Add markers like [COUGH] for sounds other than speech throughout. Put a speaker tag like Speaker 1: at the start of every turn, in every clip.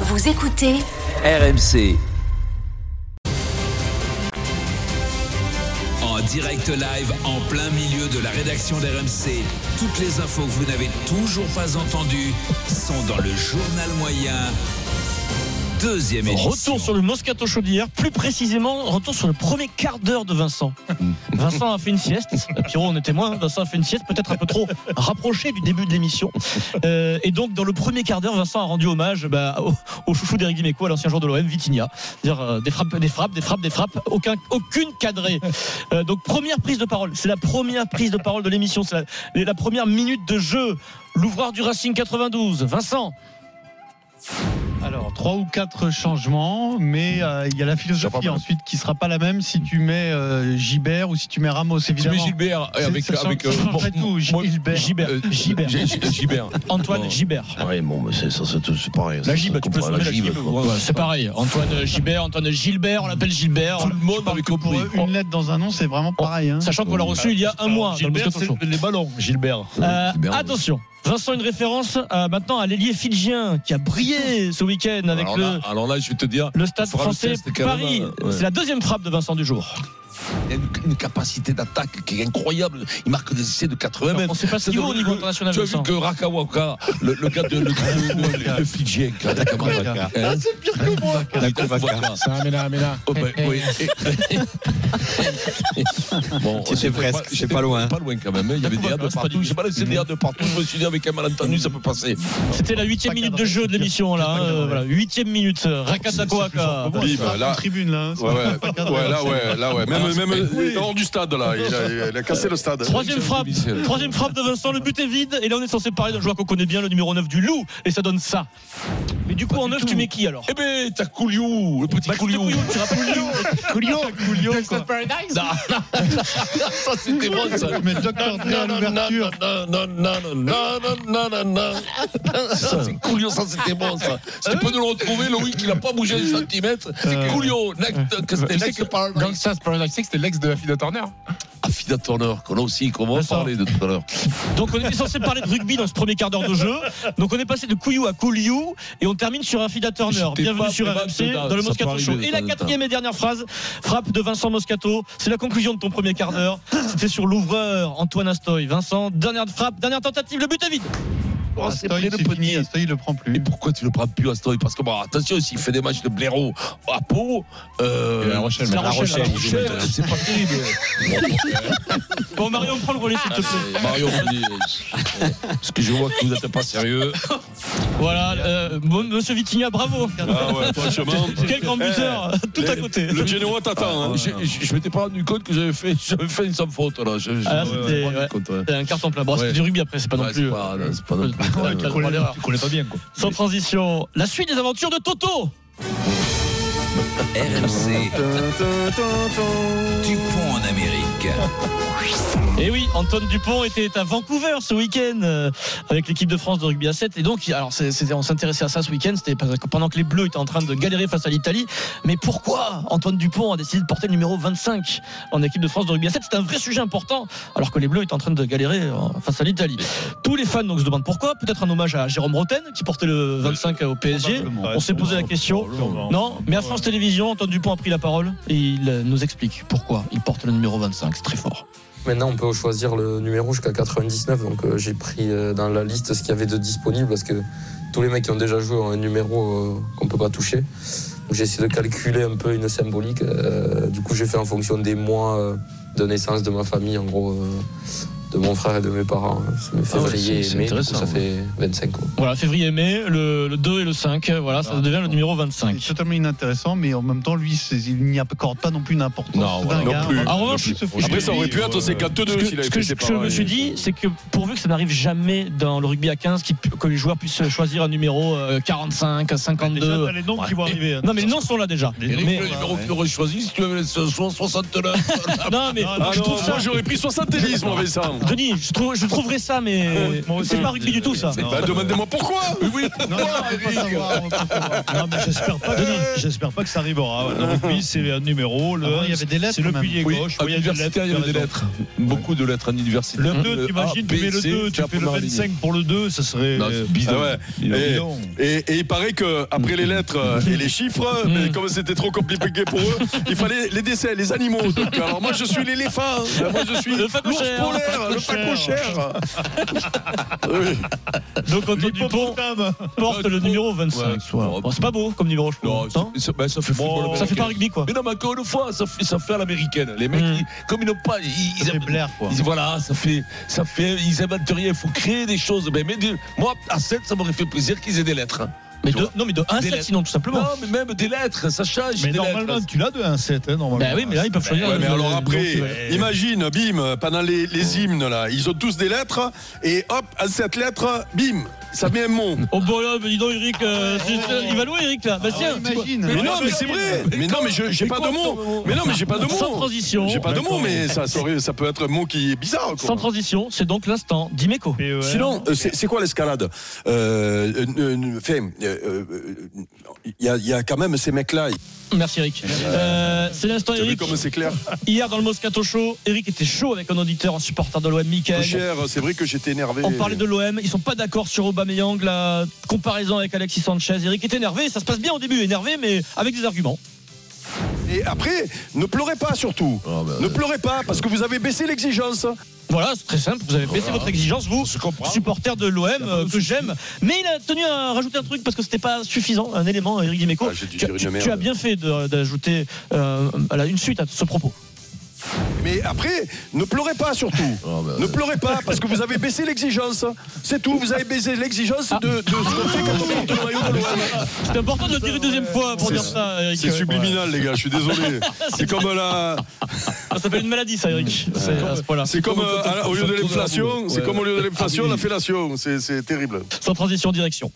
Speaker 1: Vous écoutez
Speaker 2: RMC. En direct live, en plein milieu de la rédaction d'RMC, toutes les infos que vous n'avez toujours pas entendues sont dans le journal moyen. Deuxième édition.
Speaker 3: Retour sur le Moscato Show d'hier, plus précisément, retour sur le premier quart d'heure de Vincent. Vincent a fait une sieste, Pierrot en est témoin, Vincent a fait une sieste peut-être un peu trop rapprochée du début de l'émission. Euh, et donc, dans le premier quart d'heure, Vincent a rendu hommage bah, au, au chouchou d'Eric Dimeco, à l'ancien joueur de l'OM, Vitinha. C'est-à-dire euh, des frappes, des frappes, des frappes, des frappes, aucun, aucune cadrée. Euh, donc, première prise de parole, c'est la première prise de parole de l'émission, c'est la, la première minute de jeu. L'ouvreur du Racing 92, Vincent.
Speaker 4: Alors, trois ou quatre changements, mais euh, il y a la philosophie ensuite qui sera pas la même si tu mets euh, Gilbert ou si tu mets Ramos,
Speaker 5: Tu mets
Speaker 4: évidemment.
Speaker 5: Gilbert euh,
Speaker 4: C'est-
Speaker 5: avec.
Speaker 4: ça change-
Speaker 5: avec
Speaker 4: ça
Speaker 5: euh,
Speaker 4: changerait
Speaker 5: bon,
Speaker 4: tout,
Speaker 5: moi-
Speaker 4: Gilbert.
Speaker 3: Gilbert.
Speaker 5: euh,
Speaker 3: Gilbert.
Speaker 5: G- G- Gilbert.
Speaker 3: Antoine
Speaker 5: Bon.
Speaker 3: Gilbert.
Speaker 6: Ouais, bon, mais c'est ça, c'est tout, c'est pareil.
Speaker 3: La
Speaker 6: Ça,
Speaker 3: gibe,
Speaker 6: ça
Speaker 3: tu peux
Speaker 6: comprend,
Speaker 3: le nommer la
Speaker 6: gibe,
Speaker 3: gibe,
Speaker 6: quoi.
Speaker 3: ouais, ouais, c'est pareil. Antoine Gilbert, Antoine Gilbert, on l'appelle Gilbert.
Speaker 5: Tout le monde avait
Speaker 4: Pour
Speaker 5: compris.
Speaker 4: eux,
Speaker 3: Oh.
Speaker 4: une lettre dans un nom, c'est vraiment pareil. hein.
Speaker 3: Sachant qu'on l'a reçu il y a un mois dans le Moscato Show.
Speaker 5: les ballons, Gilbert.
Speaker 3: Euh,
Speaker 6: Gilbert, ouais.
Speaker 3: attention, Vincent, une référence euh, maintenant à l'ailier fidjien qui a brillé ce week-end avec
Speaker 5: alors,
Speaker 3: le,
Speaker 5: là, alors là, je vais te dire,
Speaker 3: le stade
Speaker 5: on fera le
Speaker 3: français
Speaker 5: test, quand même, hein,
Speaker 3: Paris.
Speaker 5: ouais.
Speaker 3: C'est la deuxième frappe de Vincent du jour.
Speaker 5: il a une, une capacité d'attaque qui est incroyable. Il marque des essais de 80
Speaker 3: On ne
Speaker 5: mètres.
Speaker 3: sait pas ce
Speaker 5: C'est
Speaker 3: niveau au
Speaker 5: devenu
Speaker 3: niveau
Speaker 5: le-
Speaker 3: international.
Speaker 5: Tu as
Speaker 3: Vincent.
Speaker 5: vu que Rakawaka, le, le gars de le, le, le, le Fidjien, qui a attaqué à Bamako,
Speaker 4: Rakawaka.
Speaker 5: hein.
Speaker 4: c'est pire que moi.
Speaker 5: Rakawaka.
Speaker 7: Ça, mais là, mais là.
Speaker 5: Oh, ben,
Speaker 3: Eh, [LAUGHS]
Speaker 5: oui. bon,
Speaker 8: C'était presque, c'est
Speaker 5: c'était
Speaker 8: pas loin.
Speaker 5: Pas loin quand même. hein. Il y avait des hades
Speaker 3: Rakawaka,
Speaker 5: de
Speaker 3: c'est pas
Speaker 5: partout.
Speaker 3: du-
Speaker 5: Je sais pas, c'est des hades de partout. Je me suis dit, avec un malentendu, ça peut passer.
Speaker 3: C'était la huitième
Speaker 4: Pas
Speaker 3: minute de
Speaker 4: cadré,
Speaker 3: jeu de
Speaker 4: c'est
Speaker 3: l'émission
Speaker 4: pire.
Speaker 3: là.
Speaker 4: C'est pas Ah,
Speaker 3: euh,
Speaker 4: cadré.
Speaker 3: voilà, Huitième minute. euh, Rakatakoaka.
Speaker 4: Bim,
Speaker 7: là.
Speaker 4: tribune là. hein, c'est
Speaker 7: Ouais,
Speaker 4: pas-
Speaker 7: ouais,
Speaker 4: pas cadré,
Speaker 7: ouais,
Speaker 4: hein.
Speaker 7: là, ouais, là, ouais. Même, même
Speaker 3: euh,
Speaker 7: hors du stade, là. Il a, il a cassé le stade.
Speaker 3: Troisième frappe, troisième frappe de Vincent, le but est vide et là on est censé parler d'un joueur qu'on connaît bien, le numéro 9 du loup, et ça donne ça. Mais du coup en 9 tu mets qui alors
Speaker 5: Eh ben, t'as Couliou, le petit
Speaker 3: Bah,
Speaker 5: Couliou.
Speaker 3: Couliou, tu rappelles
Speaker 5: [LAUGHS]
Speaker 3: Couliou Couliou
Speaker 5: Non,
Speaker 3: Bah,
Speaker 5: non, ça
Speaker 4: [LAUGHS]
Speaker 5: c'était bon ça.
Speaker 4: Mais Dr. Dre à l'ouverture.
Speaker 5: Non, non, non, non, non, non, non, non, non. Ça, c'est Coulio, ça c'était bon ça. Si tu peux nous le retrouver, Loïc, il n'a pas bougé un centimètre. C'est
Speaker 4: Euh.
Speaker 5: Coulio, next- que c'était l'ex Paradise.
Speaker 7: Gangsta's Paradise, c'était l'ex de la fille de Turner.
Speaker 5: Affida Turner, qu'on a aussi, qu'on va en
Speaker 3: Vincent.
Speaker 5: parler de tout à l'heure.
Speaker 3: Donc on était censé parler de rugby dans ce premier quart d'heure de jeu. Donc on est passé de Couillou à Couliou et on termine sur un Fida Turner.
Speaker 5: J'étais
Speaker 3: Bienvenue
Speaker 5: pas
Speaker 3: sur
Speaker 5: capable
Speaker 3: RMC
Speaker 5: de-
Speaker 3: dans le
Speaker 5: ça
Speaker 3: Moscato
Speaker 5: peut
Speaker 3: Show.
Speaker 5: arriver,
Speaker 3: Et
Speaker 5: ça
Speaker 3: la
Speaker 5: peut
Speaker 3: quatrième et dernière phrase, frappe de Vincent Moscato. C'est la conclusion de ton premier quart d'heure. C'était sur l'ouvreur Antoine Astoy. Vincent, dernière frappe, dernière tentative, le but est vide.
Speaker 5: Oh, c'est
Speaker 4: Astoy,
Speaker 5: près
Speaker 4: c'est
Speaker 5: de
Speaker 4: fini,
Speaker 5: petit.
Speaker 4: Astoy, il le prend
Speaker 5: Et
Speaker 4: plus.
Speaker 5: pourquoi tu le prends plus à Stoy Parce que bon, attention, s'il fait des matchs de blaireau à Pau, euh,
Speaker 7: La Rochelle,
Speaker 3: La Rochelle,
Speaker 5: La Rochelle, c'est pas terrible.
Speaker 3: [LAUGHS] Bon Marion, prends le relais s'il te plaît.
Speaker 5: Euh, Mario, parce que je vois que vous n'êtes pas sérieux. Ah.
Speaker 3: Voilà, euh, mon- monsieur Vitinha, bravo.
Speaker 7: Ah ouais, franchement.
Speaker 3: [LAUGHS] Quel grand buteur,
Speaker 5: Eh.
Speaker 3: [LAUGHS] tout à côté.
Speaker 7: Le Genoa
Speaker 5: Ah,
Speaker 7: t'attend.
Speaker 1: Ah,
Speaker 5: Je, je, je m'étais pas rendu compte que j'avais fait, [LAUGHS] j'avais fait une sans faute là. Je, je,
Speaker 3: Ah,
Speaker 5: je-
Speaker 3: c'était-
Speaker 5: je me rends
Speaker 3: ouais.
Speaker 5: compte, ouais.
Speaker 3: C'est un carton plein. Bon,
Speaker 5: Ouais.
Speaker 3: c'est du rugby après, c'est pas non
Speaker 5: Ouais,
Speaker 3: plus.
Speaker 5: c'est pas-
Speaker 3: euh,
Speaker 5: c'est pas non
Speaker 3: euh,
Speaker 5: plus-
Speaker 3: ouais,
Speaker 1: [LAUGHS]
Speaker 5: Ouais,
Speaker 3: tu
Speaker 5: ouais.
Speaker 3: connais pas- Sans transition, la suite des aventures de Toto. [LAUGHS]
Speaker 2: RMC. Dupont en Amérique.
Speaker 3: Et oui, Antoine Dupont était à Vancouver ce week-end euh, avec l'équipe de France de rugby à 7. Et donc, il- alors, c'est- c'était- on s'intéressait à ça ce week-end. C'était parce que pendant que les Bleus étaient en train de galérer face à l'Italie. Mais pourquoi Antoine Dupont a décidé de porter le numéro 25 en équipe de France de rugby à 7 C'est un vrai sujet important alors que les Bleus étaient en train de galérer euh, face à l'Italie. Tous les fans donc, se demandent pourquoi. Peut-être un hommage à Jérôme Roten qui portait le 25 au PSG. On s'est posé la question. Non, mais à France Télévisions, Antoine Dupont a pris la parole et il euh, nous explique pourquoi il porte le numéro 25. C'est très fort.
Speaker 9: Maintenant, on peut choisir le numéro jusqu'à 99. Donc, euh, j'ai pris euh, dans la liste ce qu'il y avait de disponible parce que tous les mecs qui ont déjà joué ont un numéro euh, qu'on peut pas toucher. Donc, J'ai essayé de calculer un peu une symbolique. Euh, du coup, j'ai fait en fonction des mois euh, de naissance de ma famille, en gros, euh, de mon frère et de mes parents. Ça fait
Speaker 5: Ah ouais,
Speaker 9: février
Speaker 5: c'est-
Speaker 9: et
Speaker 5: c'est
Speaker 9: mai. du coup,
Speaker 5: intéressant,
Speaker 9: ça fait 25 quoi.
Speaker 3: Voilà, février et mai, le, le 2 et le 5, euh, voilà,
Speaker 1: Ah,
Speaker 3: ça devient le numéro
Speaker 4: C'est
Speaker 3: 25.
Speaker 4: totalement inintéressant, mais en même temps, lui, c'est- il n'y accorde pas non plus une
Speaker 5: Non,
Speaker 4: importance
Speaker 5: voilà,
Speaker 4: dingue.
Speaker 7: non
Speaker 4: hein.
Speaker 7: plus.
Speaker 3: En revanche,
Speaker 4: Ce euh,
Speaker 3: je-
Speaker 7: Après, ça aurait pu être c'est 4-2
Speaker 3: ce
Speaker 7: s'il
Speaker 3: que,
Speaker 7: avait
Speaker 3: ce que
Speaker 7: fait
Speaker 3: je,
Speaker 7: ses
Speaker 3: ce que je me suis dit, c'est que pourvu que ça n'arrive jamais dans le rugby à 15, qui- que les joueurs puissent choisir un numéro euh, 45, 52.
Speaker 4: les noms qui vont arriver. hein.
Speaker 3: Non, mais les noms sont là déjà.
Speaker 5: Eric,
Speaker 3: Mais-
Speaker 5: le numéro que tu aurais choisi, si tu avais le 69.
Speaker 3: [LAUGHS] non, mais
Speaker 7: Ah
Speaker 3: je
Speaker 7: non,
Speaker 3: trouve ça. [LAUGHS]
Speaker 7: moi j'aurais pris 70, mon Vincent.
Speaker 3: Denis, je, trouve, je trouverai ça,
Speaker 1: Ah,
Speaker 3: mais
Speaker 4: moi aussi.
Speaker 3: c'est pas rugby du tout, ça.
Speaker 7: Bah, Demandez-moi pourquoi Oui, oui.
Speaker 4: Non, non, on peut pas savoir, on peut pas savoir. Non, mais j'espère pas,
Speaker 3: Denis.
Speaker 4: que- j'espère pas que ça arrivera.
Speaker 1: Le rugby, c'est un numéro. Le
Speaker 4: Avant, il y
Speaker 1: un,
Speaker 4: avait des lettres,
Speaker 1: C'est le
Speaker 4: quand même.
Speaker 1: pilier
Speaker 7: Oui,
Speaker 1: gauche.
Speaker 7: à
Speaker 1: Oui, il y a des lettres,
Speaker 7: l'université, il y
Speaker 1: t'as
Speaker 7: avait des
Speaker 1: raison.
Speaker 7: lettres. Beaucoup de lettres en université.
Speaker 1: Le
Speaker 4: Euh,
Speaker 7: A,
Speaker 5: Euh,
Speaker 1: 2, t'imagines, tu
Speaker 7: B,
Speaker 1: mets le
Speaker 7: C,
Speaker 1: 2,
Speaker 7: c'est
Speaker 1: tu
Speaker 7: la
Speaker 1: fais le
Speaker 7: première
Speaker 1: 25 pour le 2, ça serait.
Speaker 7: Non, c'est bizarre.
Speaker 1: Ah ouais.
Speaker 4: Eh,
Speaker 7: Et-
Speaker 1: Bidon.
Speaker 7: Et, et il paraît que après les lettres euh, et les chiffres,
Speaker 3: Mm.
Speaker 7: mais comme c'était trop compliqué pour eux, il fallait les décès, les animaux. Donc, alors moi je suis l'éléphant, hein. moi je suis
Speaker 3: Le
Speaker 7: l'ours
Speaker 3: phacochère.
Speaker 7: polaire, le facochère. oui.
Speaker 3: Donc, Antoine Dupont porte le numéro 25.
Speaker 7: Soit.
Speaker 3: Bon, c'est pas beau comme numéro, je
Speaker 1: Non,
Speaker 3: trouve. Non
Speaker 1: c'est- ben, ça fait Hmm. football
Speaker 3: Ça fait
Speaker 1: américain.
Speaker 3: pas rugby, quoi.
Speaker 1: Mais non, mais encore une fois, ça fait, ça fait à l'américaine. Les mecs,
Speaker 3: Mm.
Speaker 1: ils- comme ils n'ont pas. Ils, ils
Speaker 4: C'est
Speaker 1: aiment-
Speaker 4: Blair, quoi.
Speaker 1: ils- voilà, ça fait, ça fait. Ils inventent rien, il faut créer des choses. Ben, Mais, mais des- moi, à 7, ça m'aurait fait plaisir qu'ils aient des lettres. hein.
Speaker 3: Mais
Speaker 1: Tu
Speaker 3: de,
Speaker 1: vois.
Speaker 3: non, mais de 1
Speaker 1: Des
Speaker 3: 7
Speaker 1: lettres.
Speaker 3: sinon, tout simplement.
Speaker 1: Non, mais même des lettres, ça change.
Speaker 4: Mais
Speaker 1: des
Speaker 4: normalement,
Speaker 1: lettres.
Speaker 4: tu l'as de 1-7, hein, normalement.
Speaker 3: Bah oui, mais là, ils peuvent choisir.
Speaker 7: Ouais,
Speaker 3: le-
Speaker 7: mais alors
Speaker 3: le-
Speaker 7: après, eh.
Speaker 3: donc, euh, ouais.
Speaker 7: imagine, bim, pendant les, les hymnes là, ils ont tous des lettres et hop, à cette lettre, bim, ça met un mot.
Speaker 3: Oh, bon, là, mais dis donc, Eric, euh, c'est- c'est- il va loin, Eric, là. Bah,
Speaker 4: Ah,
Speaker 3: tiens,
Speaker 4: imagine.
Speaker 7: Mais non, mais c'est vrai. Mais non, mais je- j'ai pas de mots. Mais non, mais j'ai pas de
Speaker 3: sans
Speaker 7: mots.
Speaker 3: transition.
Speaker 7: J'ai pas de mots,
Speaker 3: D'accord.
Speaker 7: mais ça, ça aurait- ça peut être un mot qui est bizarre. quoi.
Speaker 3: Sans transition, c'est donc l'instant d'Imeco.
Speaker 4: PER.
Speaker 7: Sinon, euh, c'est c'est quoi l'escalade Euh, euh, euh, fait, euh, euh, Il y, a- il y a quand même ces mecs-là.
Speaker 3: Merci Eric. Euh, c'est l'instant
Speaker 7: Tu as vu
Speaker 3: Eric.
Speaker 7: comme c'est clair
Speaker 3: Hier dans le Moscato Show, Eric était chaud avec un auditeur, un supporter de l'OM, Michael.
Speaker 7: Cher, c'est vrai que j'étais énervé.
Speaker 3: On parlait de l'OM, ils sont pas d'accord sur Aubameyang, la comparaison avec Alexis Sanchez. Eric est énervé, ça se passe bien au début, énervé mais avec des arguments.
Speaker 7: Et après, ne pleurez pas surtout.
Speaker 6: Ah,
Speaker 3: bah,
Speaker 6: ben,
Speaker 7: Ne pleurez pas parce que vous avez baissé l'exigence.
Speaker 3: Voilà, c'est très simple, vous avez baissé votre exigence, vous, supporter de l'OM, euh, que j'aime. Mais il a tenu à rajouter un truc parce que c'était pas suffisant, un élément, Eric Dimeco.
Speaker 7: Ah, j'ai dû
Speaker 3: tu,
Speaker 7: dire une
Speaker 3: tu- tu
Speaker 7: merde.
Speaker 3: as bien fait de- d'ajouter euh, à la- une suite à ce propos.
Speaker 7: Mais après, ne pleurez pas [LAUGHS] surtout.
Speaker 6: ah, ben,
Speaker 7: Ne pleurez pas parce que vous avez baissé l'exigence. C'est tout, vous avez baissé l'exigence de, de ce qu'on fait quand on porte le maillot de l'OM.
Speaker 3: C'est important de le dire une deuxième fois pour
Speaker 7: Ah, C'est-
Speaker 3: dire ça, Eric.
Speaker 7: C'est
Speaker 3: Ouais.
Speaker 7: subliminal, les gars, je suis désolé. [LAUGHS] C'est comme la.
Speaker 3: Ah, Ça s'appelle une maladie, ça, Eric. C'est à ce point-là.
Speaker 7: C'est comme euh, à la- Ah, au lieu de l'inflation, c'est comme au lieu de l'inflation, la fellation. C'est- C'est terrible.
Speaker 3: Sans transition, direction.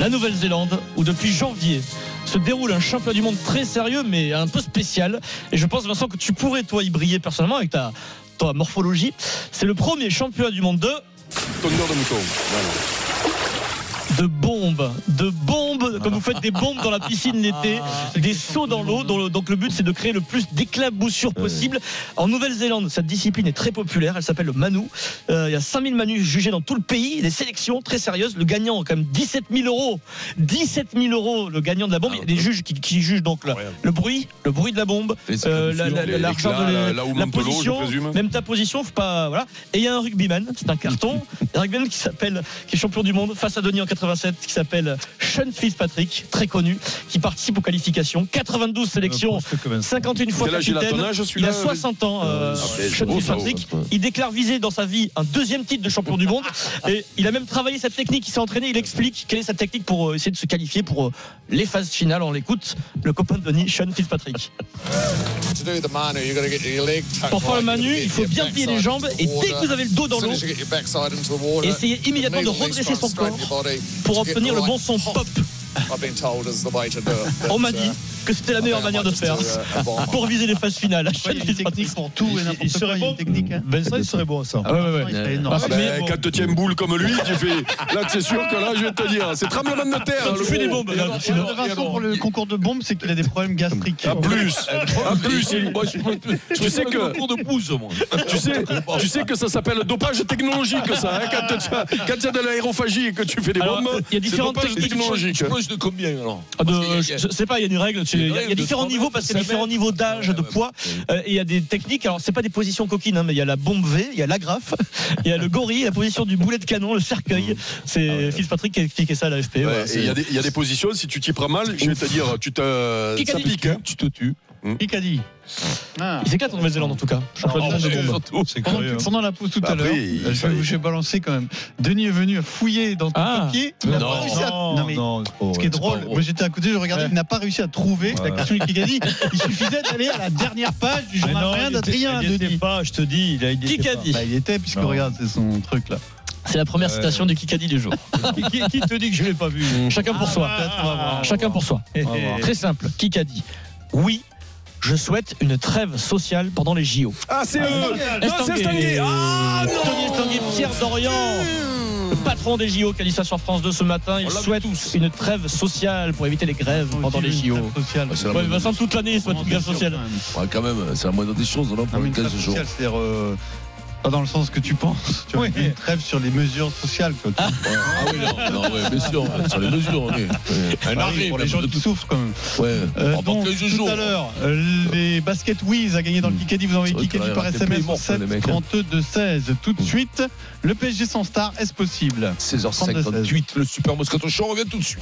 Speaker 3: La Nouvelle-Zélande, où depuis janvier se déroule un championnat du monde très sérieux, mais un peu spécial. Et je pense, Vincent, que tu pourrais, toi, y briller personnellement avec ta, ta morphologie. C'est le premier championnat du monde de,
Speaker 7: Tondeur de mouton. Voilà.
Speaker 3: de bombes. De bombes, comme vous faites des bombes dans la piscine l'été, des sauts dans l'eau. dont le- Donc le but, c'est de créer le plus d'éclaboussures possible. En Nouvelle-Zélande, cette discipline est très populaire. Elle s'appelle le Manu. Euh, il y a 5000 Manus jugés dans tout le pays, des sélections très sérieuses. Le gagnant, quand même, 17 000 euros. 17 000 euros, le gagnant de la bombe. Il y a des juges qui, qui jugent donc le, le bruit, le bruit de la bombe,
Speaker 1: Les
Speaker 3: euh, la- la-
Speaker 7: les-
Speaker 3: l'argent
Speaker 7: l'éclat,
Speaker 3: de
Speaker 7: là-
Speaker 3: la-
Speaker 7: là où
Speaker 3: la
Speaker 7: monte l'eau, je
Speaker 3: position,
Speaker 7: présume.
Speaker 3: même ta position, faut pas, voilà. Et il y a un rugbyman, c'est un
Speaker 7: [LAUGHS]
Speaker 3: carton, un rugbyman qui s'appelle, qui est champion du monde face à Denis en 87, qui s'appelle Sean Fitzpatrick, très connu, qui participe aux qualifications, 92 sélections, 51 fois
Speaker 7: Euh, Quel âge il a
Speaker 3: capitaine.
Speaker 7: ton âge, celui-là
Speaker 3: Il a 60 ans, euh,
Speaker 7: Ah, mais
Speaker 3: Sean
Speaker 7: c'est beau, ça,
Speaker 3: Fitzpatrick.
Speaker 6: ouais.
Speaker 3: Il déclare viser dans sa vie un deuxième titre de champion du monde. Et il a même travaillé cette technique, il s'est entraîné, il explique quelle est sa technique pour euh, essayer de se qualifier pour euh, les phases finales. On l'écoute, le copain de Denis, Sean Fitzpatrick. Pour faire le Manu, il faut bien plier les jambes et dès que vous avez le dos dans l'eau, essayez immédiatement de redresser son corps pour obtenir le bon son pop. [LAUGHS] On m'a dit que c'était la meilleure manière de faire pour viser les phases finales. Sean
Speaker 4: Il y a une
Speaker 3: Fitzpatrick.
Speaker 4: technique pour tout et
Speaker 1: Il-
Speaker 4: n'importe
Speaker 1: il
Speaker 4: quoi,
Speaker 1: serait
Speaker 4: il y a une
Speaker 1: bon.
Speaker 4: technique, hein. Vincent, il serait bon à ça.
Speaker 1: Ah ouais, ouais, ouais.
Speaker 4: Vincent, il serait énorme.
Speaker 3: Parce que-
Speaker 7: Ah ben, quand tu tiens une boule comme lui, tu fais. Là, c'est sûr que là, je vais te dire, c'est tremblement de terre.
Speaker 3: Quand
Speaker 7: le
Speaker 3: tu fais des
Speaker 7: gros.
Speaker 3: bombes,
Speaker 7: Et
Speaker 3: là,
Speaker 7: alors,
Speaker 3: tu-
Speaker 4: De toute façon, pour le concours de bombes, c'est qu'il a des problèmes gastriques.
Speaker 7: À plus, à plus. il-
Speaker 1: Ah, Moi, je peux-
Speaker 4: [LAUGHS]
Speaker 7: Tu sais que-
Speaker 1: cours de pouce, moi.
Speaker 7: Tu sais, tu sais que ça s'appelle dopage technologique, ça. hein, quand tu as, quand tu as de l'aérophagie et que tu fais des
Speaker 3: Alors,
Speaker 7: bombes,
Speaker 3: il y a
Speaker 7: c'est
Speaker 3: différentes
Speaker 7: dopage
Speaker 3: techniques.
Speaker 7: technologique.
Speaker 1: Moi, je de combien alors
Speaker 3: Ah, de-
Speaker 1: Parce qu'il y a-
Speaker 3: je je sais pas, il y a des règles. tu-
Speaker 1: Il y a
Speaker 3: Il
Speaker 1: des
Speaker 3: y, a- il y a
Speaker 1: règles de
Speaker 3: différents
Speaker 1: 100
Speaker 3: niveaux parce qu'il y a
Speaker 1: mètres,
Speaker 3: différents niveaux d'âge,
Speaker 1: ouais,
Speaker 3: de
Speaker 1: ouais.
Speaker 3: poids. euh, et il y a des techniques. Alors, c'est pas des positions coquines, hein, mais il y a la bombe V, il y a l'agrafe, [LAUGHS] il y a le gorille, la position du boulet de canon, le
Speaker 1: Mmh.
Speaker 3: cercueil.
Speaker 1: Ah
Speaker 3: C'est Fitzpatrick qui a expliqué ça à l'AFP.
Speaker 7: Ouais,
Speaker 3: voilà,
Speaker 7: et il y,
Speaker 3: c'est-
Speaker 7: a des- il y a des positions, si tu t'y prends mal, je vais te dire, tu te. Ça
Speaker 3: Kikadi.
Speaker 7: pique, hein.
Speaker 1: Tu te tues. Mmh.
Speaker 4: Picadie. Ah.
Speaker 3: Ils éclatent en Nouvelle-Zélande en tout cas. Championnat
Speaker 4: Ah,
Speaker 3: du monde de
Speaker 4: ouais.
Speaker 3: bombe.
Speaker 1: Surtout, c'est
Speaker 4: Pendant,
Speaker 1: curieux.
Speaker 4: pendant la pause tout
Speaker 7: Bah
Speaker 4: à l'heure,
Speaker 7: après, il
Speaker 4: je,
Speaker 7: fallait-
Speaker 4: vais- je vais balancer quand même. Denis est venu fouiller dans ton
Speaker 3: Ah.
Speaker 4: papier. Il n'a
Speaker 1: Non.
Speaker 4: pas réussi à-
Speaker 1: Non,
Speaker 4: Non, mais
Speaker 1: hein.
Speaker 4: ce qui est drôle, moi j'étais à côté, je regardais, il n'a pas réussi à trouver la question du Kikadi. Il suffisait d'aller à la dernière page du journal rien d'Adrien
Speaker 1: il était
Speaker 4: Denis.
Speaker 1: pas, je te dis, il a il était
Speaker 3: Kikadi.
Speaker 4: Bah, il était, puisque
Speaker 1: Non.
Speaker 4: regarde, c'est son truc là.
Speaker 3: C'est la première citation du Kikadi du jour. Mmh,
Speaker 1: pas. Qui, qui- qui te dit que je l'ai pas vu
Speaker 3: Chacun pour soi.
Speaker 4: peut-être, on va voir.
Speaker 3: Chacun pour soi.
Speaker 1: va voir.
Speaker 3: Très simple. Kikadi. Oui, Je souhaite une trêve sociale pendant les JO.
Speaker 7: Ah, c'est eux Non, c'est Estanguet Ah non
Speaker 3: Tony Estanguet, Pierre Dorian le patron des JO qui a dit ça sur France 2 ce matin, il souhaite une trêve sociale pour éviter les grèves pendant les JO.
Speaker 4: Social.
Speaker 5: Ouais, c'est la
Speaker 3: Ouais,
Speaker 5: moindre
Speaker 3: Vincent,
Speaker 5: des-
Speaker 3: toute l'année, il souhaite une grève sociale.
Speaker 5: Ouais, quand même, c'est la moindre des choses, non, pour
Speaker 4: Non, mais
Speaker 5: les
Speaker 4: une trêve
Speaker 5: 15 jours.
Speaker 4: sociale, c'est-à-dire euh, pas dans le sens que tu penses. Tu vois,
Speaker 3: Oui.
Speaker 4: une trêve sur les mesures sociales. Quoi.
Speaker 5: Ouais. Ah oui, non, non, ouais, bien sûr, ouais, sur les mesures, oui. Ouais.
Speaker 4: Ah oui, pour les gens qui souffrent quand même.
Speaker 5: Ouais,
Speaker 4: Euh,
Speaker 5: on porte
Speaker 4: donc,
Speaker 5: les
Speaker 4: tout
Speaker 5: jours.
Speaker 4: à l'heure, euh, les baskets Wiz a gagné dans le Kikadi. Vous envoyez
Speaker 5: C'est vrai
Speaker 4: Kikadi
Speaker 5: qu'on
Speaker 4: par
Speaker 5: a raté
Speaker 4: SMS
Speaker 5: plein
Speaker 4: au
Speaker 5: de morceaux, les
Speaker 4: 7
Speaker 5: mecs, hein.
Speaker 4: 32 16. Tout de suite, le PSG sans star, est-ce possible
Speaker 5: 16h58, le Super Moscato Show, on revient tout de suite.